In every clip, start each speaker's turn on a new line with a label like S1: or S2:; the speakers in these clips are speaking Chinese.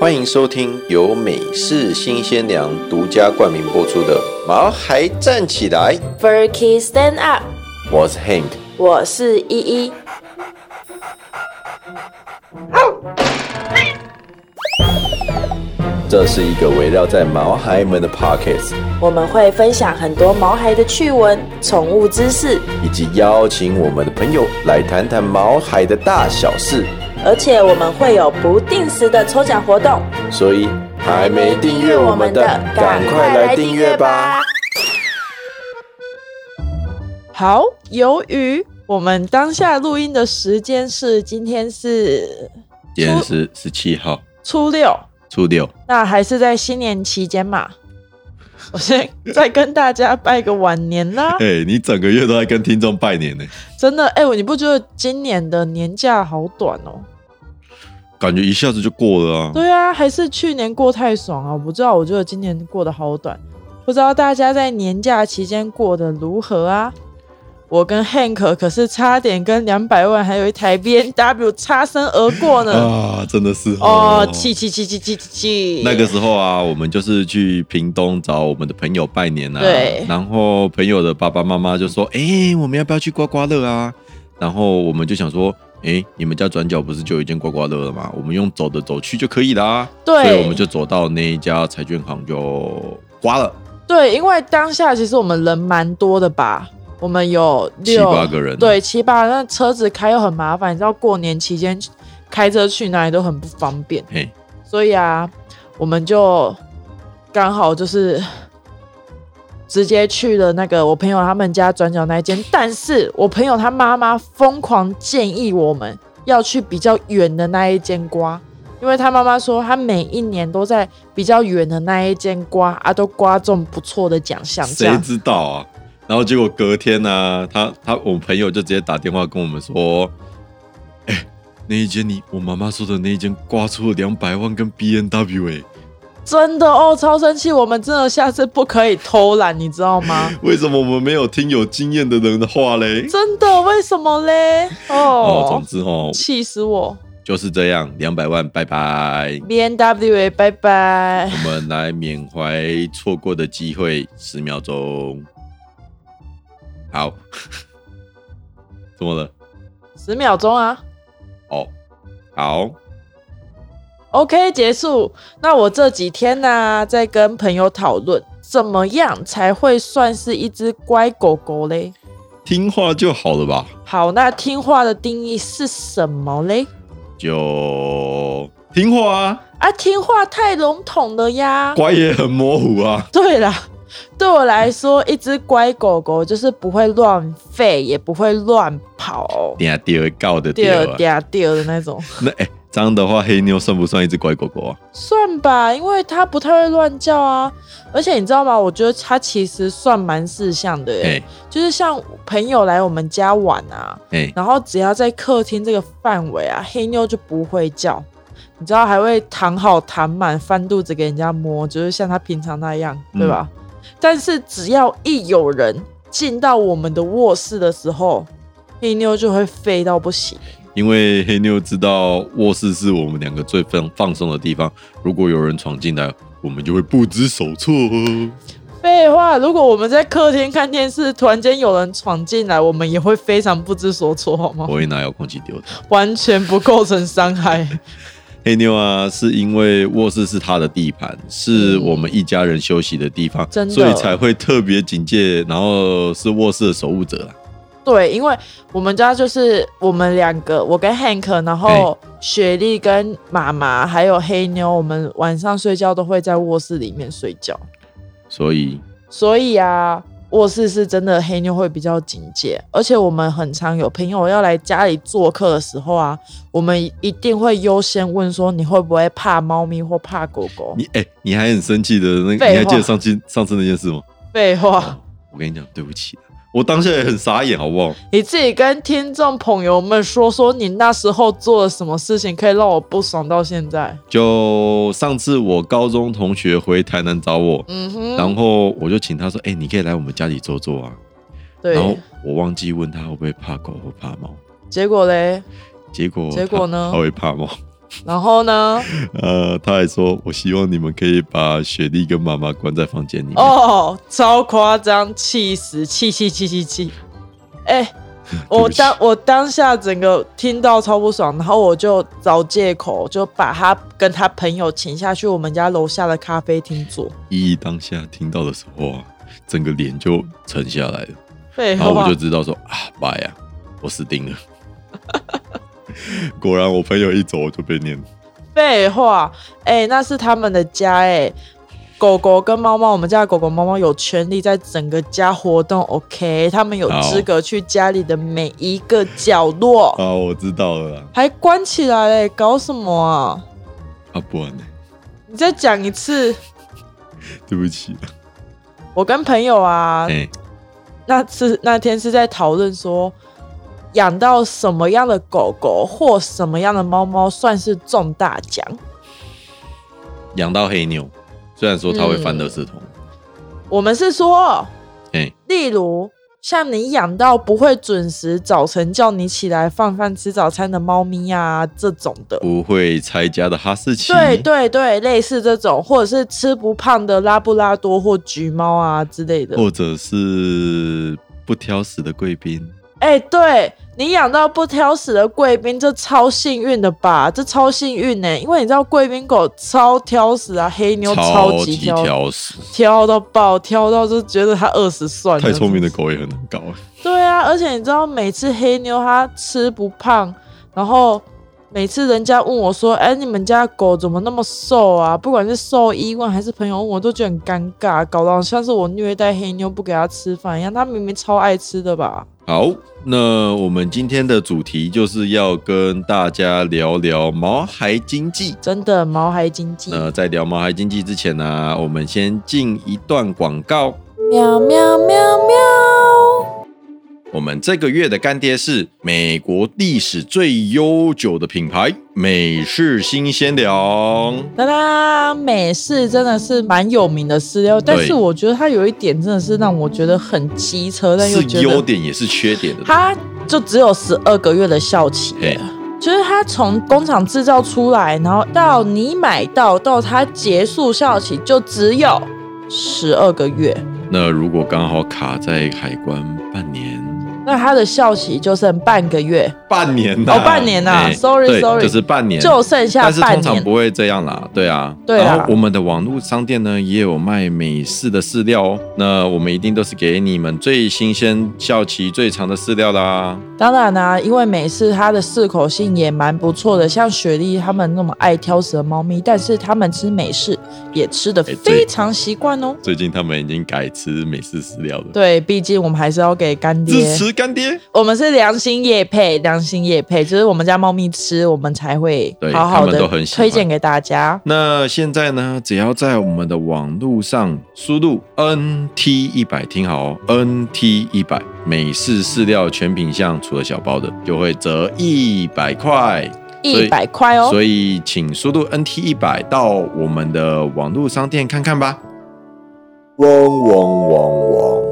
S1: 欢迎收听由美式新鲜粮独家冠名播出的《毛孩站起来》，
S2: Berkey Stand Up，
S1: 我是 Hank。
S2: 我是依依。
S1: 这是一个围绕在毛孩们的 Pockets，
S2: 我们会分享很多毛孩的趣闻、宠物知识，
S1: 以及邀请我们的朋友来谈谈毛孩的大小事。
S2: 而且我们会有不定时的抽奖活动。
S1: 所以还没订阅我们的，赶快来订阅吧！！
S2: 好，由于我们当下录音的时间是今天是
S1: 今天是十七号，
S2: 初六，
S1: 初六，！
S2: 那还是在新年期间嘛。我先再跟大家拜个晚年啦
S1: 哎、你整个月都在跟听众拜年呢，
S2: 真的，哎、我你不觉得今年的年假好短哦？
S3: 嗯
S1: 感觉一下子就过了啊。
S2: 对啊，还是去年过太爽啊！我不知道，我觉得今年过得好短，不知道大家在年假期间过得如何啊？我跟 Hank 可是差点跟两百万还有一台 B N W 擦身而 过呢！
S3: 啊，真的是
S2: 哦，气气气气气气气！
S3: 那个时候啊，我们就是去屏东找我们的朋友拜年啊，
S2: 对
S3: 然后朋友的爸爸妈妈就说：“哎、我们要不要去刮刮乐啊？”然后我们就想说：“哎、你们家转角不是就有一间刮刮乐了吗？我们用走的走去就可以啦。”所以我们
S2: 对
S3: 就走到那一家彩券行就刮了
S2: 对，因为当下其实我们人蛮多的吧，我们有
S3: 七
S2: 六
S3: 八个人，
S2: 对，七八那车子开又很麻烦，你知道过年期间开车去哪里都很不方便。
S3: 嘿，
S2: 所以啊，我们就刚好就是直接去了那个我朋友他们家转角那一间，但是我朋友他妈妈疯狂建议我们要去比较远的那一间刮，因为他妈妈说他每一年都在比较远的那一间刮啊，都刮中不错的奖项，这
S3: 谁
S2: 样
S3: 知道啊？然后结果隔天呢、他他我朋友就直接打电话跟我们说，哎、那一间你我妈妈说的那一间刮出了两百万跟 B N W 哎、
S2: 真的哦，超生气，我们真的下次不可以偷懒，你知道 吗？
S3: 为什么我们没有听有经验的人的话嘞？
S2: 真的，为什么嘞？
S3: 哦，
S2: 哦
S3: 总，之哦
S2: 气死我！
S3: 就是这样，两百万拜 拜。
S2: B N W，拜拜
S3: 我。们来缅怀错过的机会，十秒钟。好， 怎么了？
S2: 十秒钟啊
S3: 哦，好，
S2: ，OK，结束。那我这几天呢、在跟朋友讨论，怎么样才会算是一只乖狗狗嘞？
S3: 听话就好了吧。
S2: 好，那听话的定义是什么嘞？
S3: 就听话啊，
S2: 啊，听话太笼统了呀。
S3: 乖也很模糊啊。
S2: 对啦，对我来说，一只乖狗狗就是不会乱吠，也不会乱跑，啊
S3: 等下第二告的第
S2: 掉
S3: 二
S2: 了，掉掉的那种。
S3: 那哎、这样的话，黑妞算不算一只乖狗狗啊？
S2: 算吧，因为它不太会乱叫啊。而且你知道吗？我觉得它其实算蛮识相的耶、
S3: 哎
S2: 就是像朋友来我们家玩啊，
S3: 哎、
S2: 然后只要在客厅这个范围啊，黑妞就不会叫，你知道还会躺好躺满，翻肚子给人家摸，就是像它平常那样，对吧？但是只要一有人进到我们的卧室的时候，黑妞就会废到不行。
S3: 因为黑妞知道卧室是我们两个最放放松的地方，如果有人闯进来，我们就会不知所措哦。
S2: 废话，如果我们在客厅看电视，突然间有人闯进来，我们也会非常不知所措，好吗
S3: 我？会拿遥控器丢他。
S2: 完全不构成伤害。
S3: 黑妞啊，是因为卧室是她的地盘，是我们一家人休息的地方，
S2: 嗯真的
S3: 所以才会特别警戒，然后是卧室的守护者啊啦。
S2: 对，因为我们家就是我们两个，我跟 Hank，然后雪莉跟妈妈还有黑妞，我们晚上睡觉都会在卧室里面睡觉，
S3: 所以
S2: 所以啊。卧室是真的黑妞会比较警戒，而且我们很常有朋友要来家里做客的时候啊，我们一定会优先问说你会不会怕猫咪或怕狗狗。
S3: 你哎、你还很生气的那
S2: 废
S3: 个，
S2: 话
S3: 你还记得上次上次那件事吗？
S2: 废话，
S3: 我跟你讲，对不起，啊我当下也很傻眼，好不好？
S2: 你自己跟听众朋友们说说，你那时候做了什么事情，可以让我不爽到现在？
S3: 就上次我高中同学回台南找我，
S2: 嗯哼，
S3: 然后我就请他说：“哎、你可以来我们家里坐坐啊。”然后
S2: 对，
S3: 我忘记问他会不会怕狗或怕猫，
S2: 结果嘞，
S3: 结果
S2: 结果呢
S3: 他他会怕猫，
S2: 然后呢？
S3: 呃，他还说，我希望你们可以把雪莉跟妈妈关在房间里面。
S2: 哦，超夸张，气死，气气气气气！ 哎、我当我当下整个听到超不爽，然后我就找借口就把他跟他朋友请下去我们家楼下的咖啡厅坐。
S3: 依依当下听到的时候啊，整个脸就沉下来了，
S2: 废
S3: 然后我
S2: 话
S3: 就，知道说啊，爸呀，我死定了。 果然，我朋友一走我就被念。
S2: 废话，哎、那是他们的家哎、狗狗跟猫猫，我们家的狗狗、猫猫有权利在整个家活动，OK？他们有
S3: 好
S2: 资格去家里的每一个角落，
S3: 啊，我知道了啦，
S2: 还关起来嘞、搞什么啊？
S3: 啊，不然呢？
S2: 你再讲一次，
S3: 对不起啦，
S2: 我跟朋友啊，
S3: 哎、
S2: 那次那天是在讨论说，养到什么样的狗狗或什么样的猫猫算是中大奖。
S3: 养到黑牛，虽然说它
S2: 嗯
S3: 会翻垃圾桶，
S2: 我们是说，
S3: 哎、
S2: 例如像你养到不会准时早晨叫你起来放饭吃早餐的猫咪啊这种的，
S3: 不会拆家的哈士奇，
S2: 对对对，类似这种，或者是吃不胖的拉布拉多或橘猫啊之类的。
S3: 或者是不挑食的贵宾，
S2: 哎、对你养到不挑食的贵宾，这超幸运的吧？这超幸运呢、因为你知道贵宾狗超挑食啊，黑妞超
S3: 级
S2: 级挑，
S3: 挑食，
S2: 挑到爆，挑到就觉得它饿死算了。
S3: 太聪明的狗也很难搞啊。
S2: 对啊，而且你知道每次黑妞它吃不胖，然后每次人家问我说：“哎、你们家狗怎么那么瘦啊？”不管是兽医问还是朋友问，我都觉得很尴尬，搞得好像是我虐待黑妞不给它吃饭一样。它明明超爱吃的吧？
S3: 好，那我们今天的主题就是要跟大家聊聊毛孩经济。
S2: 真的毛孩经济。
S3: 那在聊毛孩经济之前呢、我们先进一段广告。
S2: 喵喵喵喵！
S3: 我们这个月的干爹是美国历史最悠久的品牌美式新鲜粮。
S2: 当当，美式真的是蛮有名的饲料，但是我觉得它有一点真的是让我觉得很机车，但又
S3: 是
S2: 觉
S3: 优
S2: 得
S3: 点也是缺点的，
S2: 它就只有十二个月的效期
S3: 嘿。
S2: 就是它从工厂制造出来，然后到你买到到它结束效期就只有十二个月，
S3: 那如果刚好卡在海关半年，
S2: 那它的效期就剩半个月，
S3: 半年呐、
S2: 哦半年呐
S3: 哎
S2: sorry，
S3: 对
S2: sorry
S3: 就是半年，
S2: 就剩下
S3: 但是
S2: 半
S3: 通常
S2: 年。
S3: 不会这样啦，对啊，
S2: 对啊
S3: 然后我们的网络商店呢也有卖美式的饲料哦，那我们一定都是给你们最新鲜、效期最长的饲料啦。
S2: 当然啦、因为美式它的适口性也蛮不错的，像雪莉他们那么爱挑食的猫咪，但是他们吃美式也吃的
S3: 哎对
S2: 非常习惯哦。
S3: 最近他们已经改吃美式饲料了，
S2: 对，毕竟我们还是要给干
S3: 支
S2: 爹，
S3: 持干爹。
S2: 我们是良心业配，良心业配，就是我们家猫咪吃，我们才会
S3: 对
S2: 好好
S3: 他们
S2: 的
S3: 都很喜欢
S2: 推荐给大家。
S3: 那现在呢，只要在我们的网络上输入 NT 一百，听好哦，NT 一百美式饲料全品项，除了小包的，就会折一百块。所以
S2: 一百块哦。
S3: 所以请输入 NT 一百到我们的网络商店看看吧。
S1: 汪汪汪汪！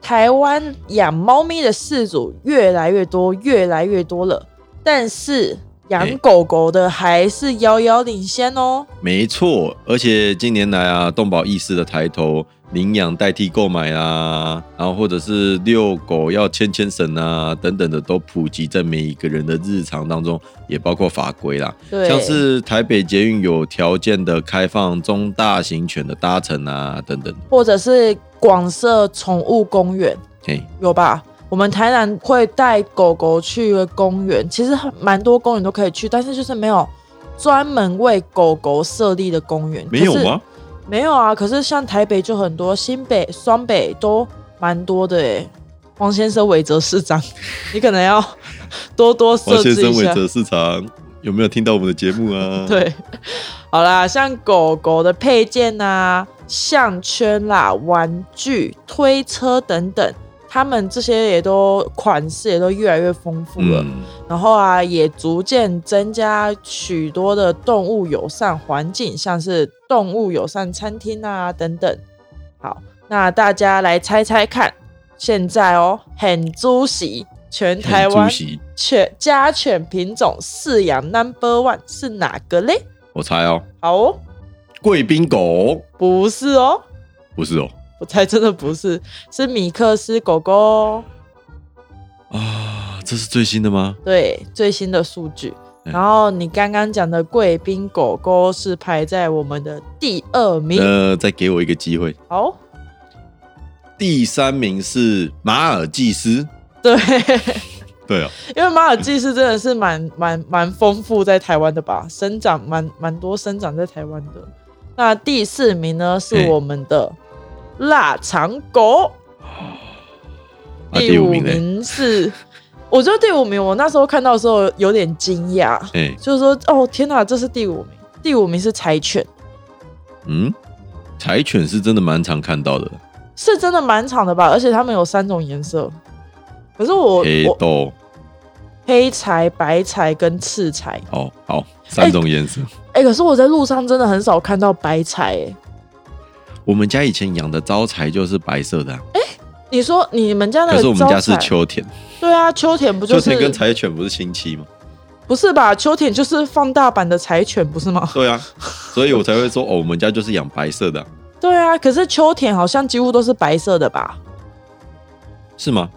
S2: 台湾养猫咪的饲主越来越多，越来越多了，但是
S3: 哎
S2: 养狗狗的还是遥遥领先哦。
S3: 没错，而且近年来啊，动保意识的抬头，领养代替购买啊，然后或者是遛狗要牵牵绳啊，等等的都普及在每一个人的日常当中，也包括法规啦。
S2: 对，
S3: 像是台北捷运有条件的开放中大型犬的搭乘啊，等等。
S2: 或者是广设宠物公园，
S3: 嘿，
S2: 有吧？我们台南会带狗狗去公园，其实蛮多公园都可以去，但是就是没有专门为狗狗设立的公园。
S3: 没有
S2: 可是
S3: 吗？
S2: 没有啊，可是像台北就很多，新北、双北都蛮多的诶。黄先生、韦哲市长，你可能要多多
S3: 王先
S2: 设置
S3: 生
S2: 一
S3: 韦
S2: 下。
S3: 泽市场有没有听到我们的节目啊？，
S2: 对，好啦，像狗狗的配件啊、项圈啦、玩具、推车等等，他们这些也都款式也都越来越丰富了。
S3: 嗯，
S2: 然后啊，也逐渐增加许多的动物友善环境，像是动物友善餐厅啊等等。好，那大家来猜猜看，现在哦，很猪喜全台
S3: 很出
S2: 湾
S3: 席，
S2: 犬家犬品种饲养 Number One 是哪个嘞？
S3: 我猜哦，
S2: 好哦，
S3: 贵宾狗
S2: 不是哦，
S3: 不是哦
S2: 我猜真的不是，是米克斯狗狗哦。
S3: 啊，这是最新的吗？
S2: 对，最新的数据。
S3: 嗯
S2: 然后你刚刚讲的贵宾狗狗是排在我们的第二名。
S3: 呃，再给我一个机会。
S2: 好，
S3: 第三名是马尔济斯，
S2: 对，
S3: 对哦，
S2: 因为马尔济斯真的是蛮蛮蛮丰富在台湾的吧，生长蛮蛮多生长在台湾的。那第四名呢是
S3: 嘿
S2: 我们的
S3: 嗯
S2: 腊肠狗，
S3: 啊，
S2: 第
S3: 第
S2: 五
S3: 五名欸嘞，
S2: 名是，我觉得第五名我那时候看到的时候有点惊讶，
S3: 哎，
S2: 就是说哦天哪，这是第五名，第五名是柴犬，
S3: 嗯，柴犬是真的蛮常看到的，
S2: 是真的蛮长的吧，而且它们有三种颜色。可是我
S3: 黑
S2: 我
S3: 豆，
S2: 黑柴、白柴跟赤柴，
S3: 好好，三种颜色。
S2: 哎、可是我在路上真的很少看到白柴、哎。
S3: 我们家以前养的招财就是白色的啊，
S2: 你说你们家那个
S3: 可是我们家
S2: 招
S3: 是
S2: 财，
S3: 秋田，
S2: 对啊，秋田不就
S3: 秋
S2: 是
S3: 田跟柴犬不是亲戚吗？
S2: 不是吧？秋田就是放大版的柴犬，不是吗？
S3: 对啊，所以我才会说哦，我们家就是养白色的啊，
S2: 对啊，可是秋田好像几乎都是白色的吧？
S3: 是吗？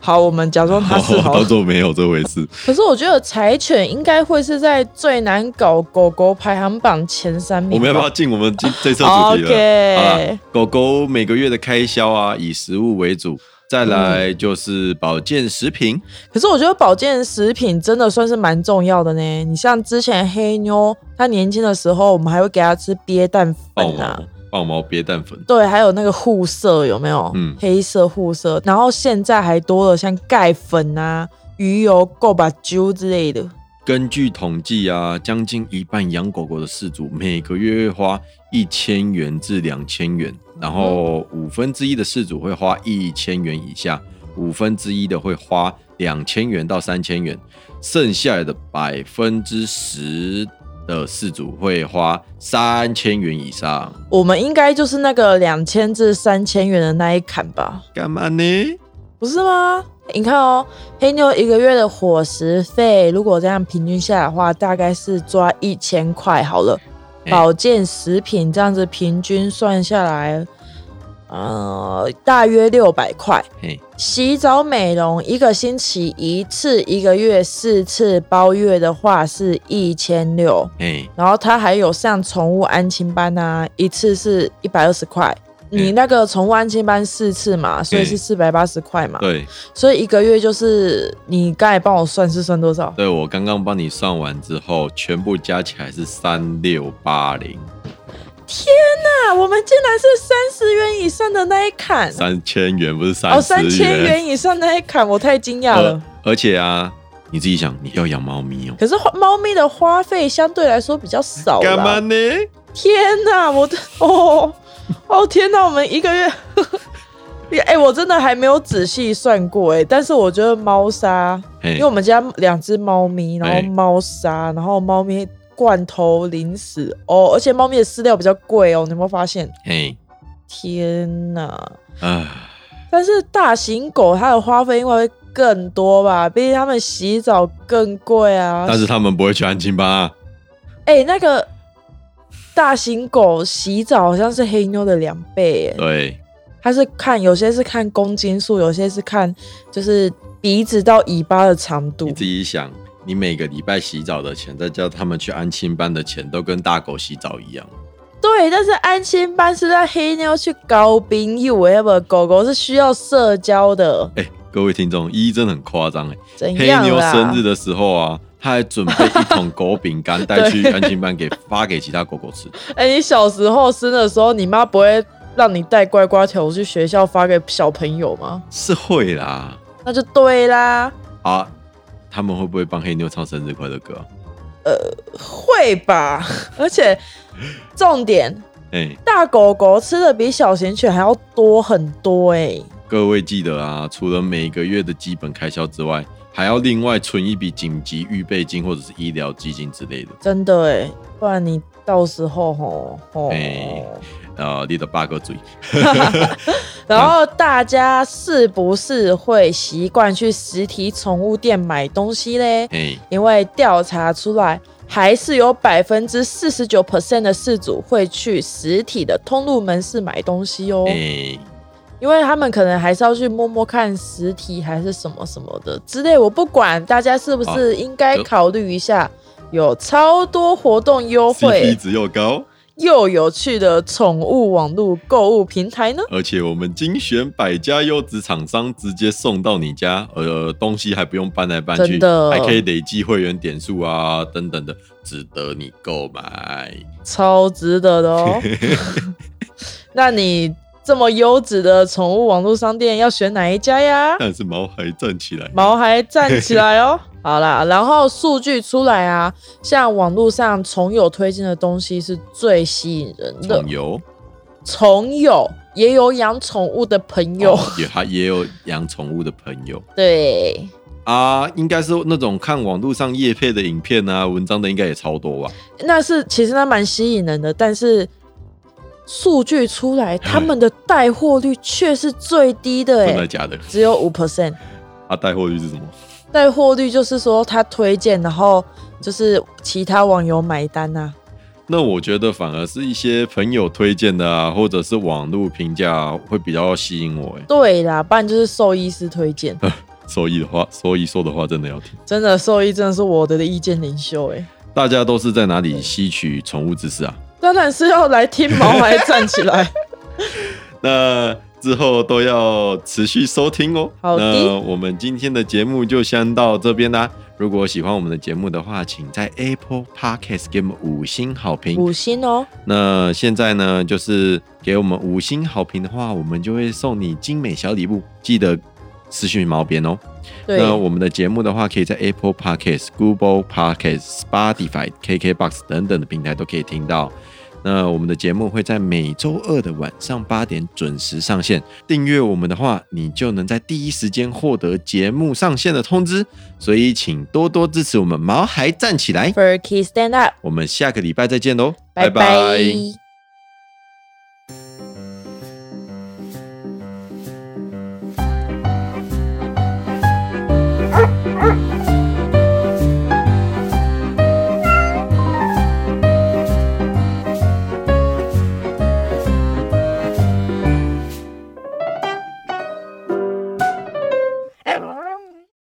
S2: 好，我们假装它是
S3: 哦
S2: 好了
S3: 当。做没有这回事。
S2: 可是我觉得柴犬应该会是在最难搞狗狗排行榜前三名吧。
S3: 我们要不要进我们今这次的主题了
S2: OK
S3: 好啦狗狗每个月的开销啊，以食物为主，再来就是保健食品。
S2: 可是我觉得保健食品真的算是蛮重要的呢。你像之前黑妞，她年轻的时候，我们还会给她吃鳖蛋
S3: 爆
S2: 粉啊
S3: 毛，爆毛鳖蛋粉，
S2: 对，还有那个护色有没有？
S3: 嗯
S2: 黑色护色，然后现在还多了像钙粉啊、鱼油、够把揪之类的。
S3: 根据统计啊，将近一半养狗狗的饲主每个月会花一千元至两千元，然后五分之一的饲主会花一千元以下，五分之一的会花两千元到三千元，剩下的百分之十的饲主会花三千元以上。
S2: 我们应该就是那个两千至三千元的那一坎吧，
S3: 干嘛呢？
S2: 不是吗？你看哦，黑妞一个月的伙食费，如果这样平均下来的话，大概是抓一千块好了。
S3: 哎
S2: 保健食品这样子平均算下来，呃，大约六百块。
S3: 嘿，
S2: 洗澡美容一个星期一次，一个月四次，包月的话是一千六。
S3: 嘿，
S2: 然后它还有上宠物安亲班啊，一次是一百二十块。你
S3: 嗯
S2: 那个宠物安亲班四次嘛，所以是
S3: 嗯
S2: 四百八十块嘛。
S3: 对
S2: 所以一个月就是你刚才帮我算是算多少？
S3: 对，我刚刚帮你算完之后，全部加起来是三六八零
S2: 啊，我们竟然是三十元以上的那一坎，
S3: 三千元，不是三
S2: 哦，
S3: 十
S2: 三千元以上那一坎，我太惊讶了。
S3: 而而且啊，你自己想，你要养猫咪哦，
S2: 可是花猫咪的花费相对来说比较少
S3: 干嘛
S2: 啦。
S3: 呢？
S2: 天哪，我的哦哦天哪，我们一个月， 哎、我真的还没有仔细算过哎、但是我觉得猫砂，
S3: 嘿
S2: 因为，我们家两只猫咪，然后
S3: 哎
S2: 猫砂，然后猫咪罐头、零食哦，而且猫咪的饲料比较贵哦，你有没有发现？
S3: 嘿，
S2: 天哪！
S3: 啊，
S2: 但是大型狗它的花费应该会更多吧，毕竟它们洗澡更贵啊。
S3: 但是他们不会去安亲班啊，
S2: 哎、那个大型狗洗澡好像是黑妞的两倍耶，
S3: 对，
S2: 它是看有些是看公斤数，有些是看就是鼻子到尾巴的长度
S3: 你。自己想。你每个礼拜洗澡的钱，再叫他们去安亲班的钱，都跟大狗洗澡一样。
S2: 对，但是安心班是让黑妞去高冰友，要不狗狗是需要社交的，
S3: 哎、各位听众，依依真的很夸张哎，
S2: 怎
S3: 黑
S2: 样
S3: 牛
S2: 啦？
S3: 生日的时候啊，他还准备一桶狗饼干带 去安亲班给发给其他狗狗吃。
S2: 哎、你小时候生的时候，你妈不会让你带乖乖条去学校发给小朋友吗？
S3: 是会啦，
S2: 那就对啦，
S3: 啊，他们会不会帮黑妞唱生日快乐歌啊、
S2: 会吧？ 而且重点，
S3: 哎、
S2: 大狗狗吃的比小型犬还要多很多哎、
S3: 各位记得啊，除了每个月的基本开销之外，还要另外存一笔紧急预备金或者是医疗基金之类的。
S2: 真的哎，不然你到时候吼吼。
S3: 哎呃，你的八个嘴，
S2: 然后大家是不是会习惯去实体宠物店买东西嘞？
S3: 哎，
S2: 因为调查出来，还是有百分之四十九 percent 的事主会去实体的通路门市买东西哦，
S3: 哎，
S2: 因为他们可能还是要去摸摸看实体还是什么什么的之类。我不管大家是不
S3: 啊
S2: 是应该考虑一下，有超多活动优
S3: c p
S2: 惠，
S3: 值又高，
S2: 又有趣的宠物网络购物平台呢。
S3: 而且我们精选百家优质厂商，直接送到你家，呃，东西还不用搬来搬去
S2: 真，的
S3: 还可以累积会员点数啊，等等的，值得你购买。
S2: 超值得的 哦。那你这么优质的宠物网络商店要选哪一家呀？
S3: 但是毛孩站起来，
S2: 毛孩站起来哦！好啦，然后数据出来啊，像网络上虫友推荐的东西是最吸引人的
S3: 宠，油
S2: 虫友也有养宠物的朋友，
S3: 哦也还也有养宠物的朋友
S2: 对，
S3: 啊，应该是那种看网络上叶配的影片啊、文章的，应该也超多吧？
S2: 那是其实那蛮吸引人的，但是数据出来，他们的带货率却是最低的、
S3: 真的
S2: 欸，
S3: 假的？
S2: 只有五 percent。
S3: 啊，带货率是什么？
S2: 带货率就是说他推荐，然后就是其他网友买单啊呐、
S3: 那我觉得反而是一些朋友推荐的啊，或者是网络评价、啊、会比较吸引我、欸。
S2: 对啦，不然就是兽医师推荐，
S3: 所以的话，所以说的话真的要听。
S2: 真的兽医真的是我的意见领袖哎、
S3: 大家都是在哪里吸取宠物知识啊？
S2: 当然是要来听毛孩站起来。
S3: 那之后都要持续收听哦。
S2: 好的
S3: 那我们今天的节目就先到这边啦。如果喜欢我们的节目的话，请在 Apple Podcast 给我们 五星好评。
S2: 五星哦，
S3: 那现在呢，就是给我们五星好评的话，我们就会送你精美小礼物，记得私讯毛边哦。
S2: 对，
S3: 那我们的节目的话，可以在 Apple Podcast、Google Podcast、Spotify、KKBox 等等的平台都可以听到。那我们的节目会在每周二的晚上八点准时上线。订阅我们的话，你就能在第一时间获得节目上线的通知。所以，请多多支持我们毛孩站起来。
S2: Furky Stand Up，
S3: 我们下个礼拜再见喽，
S2: 拜拜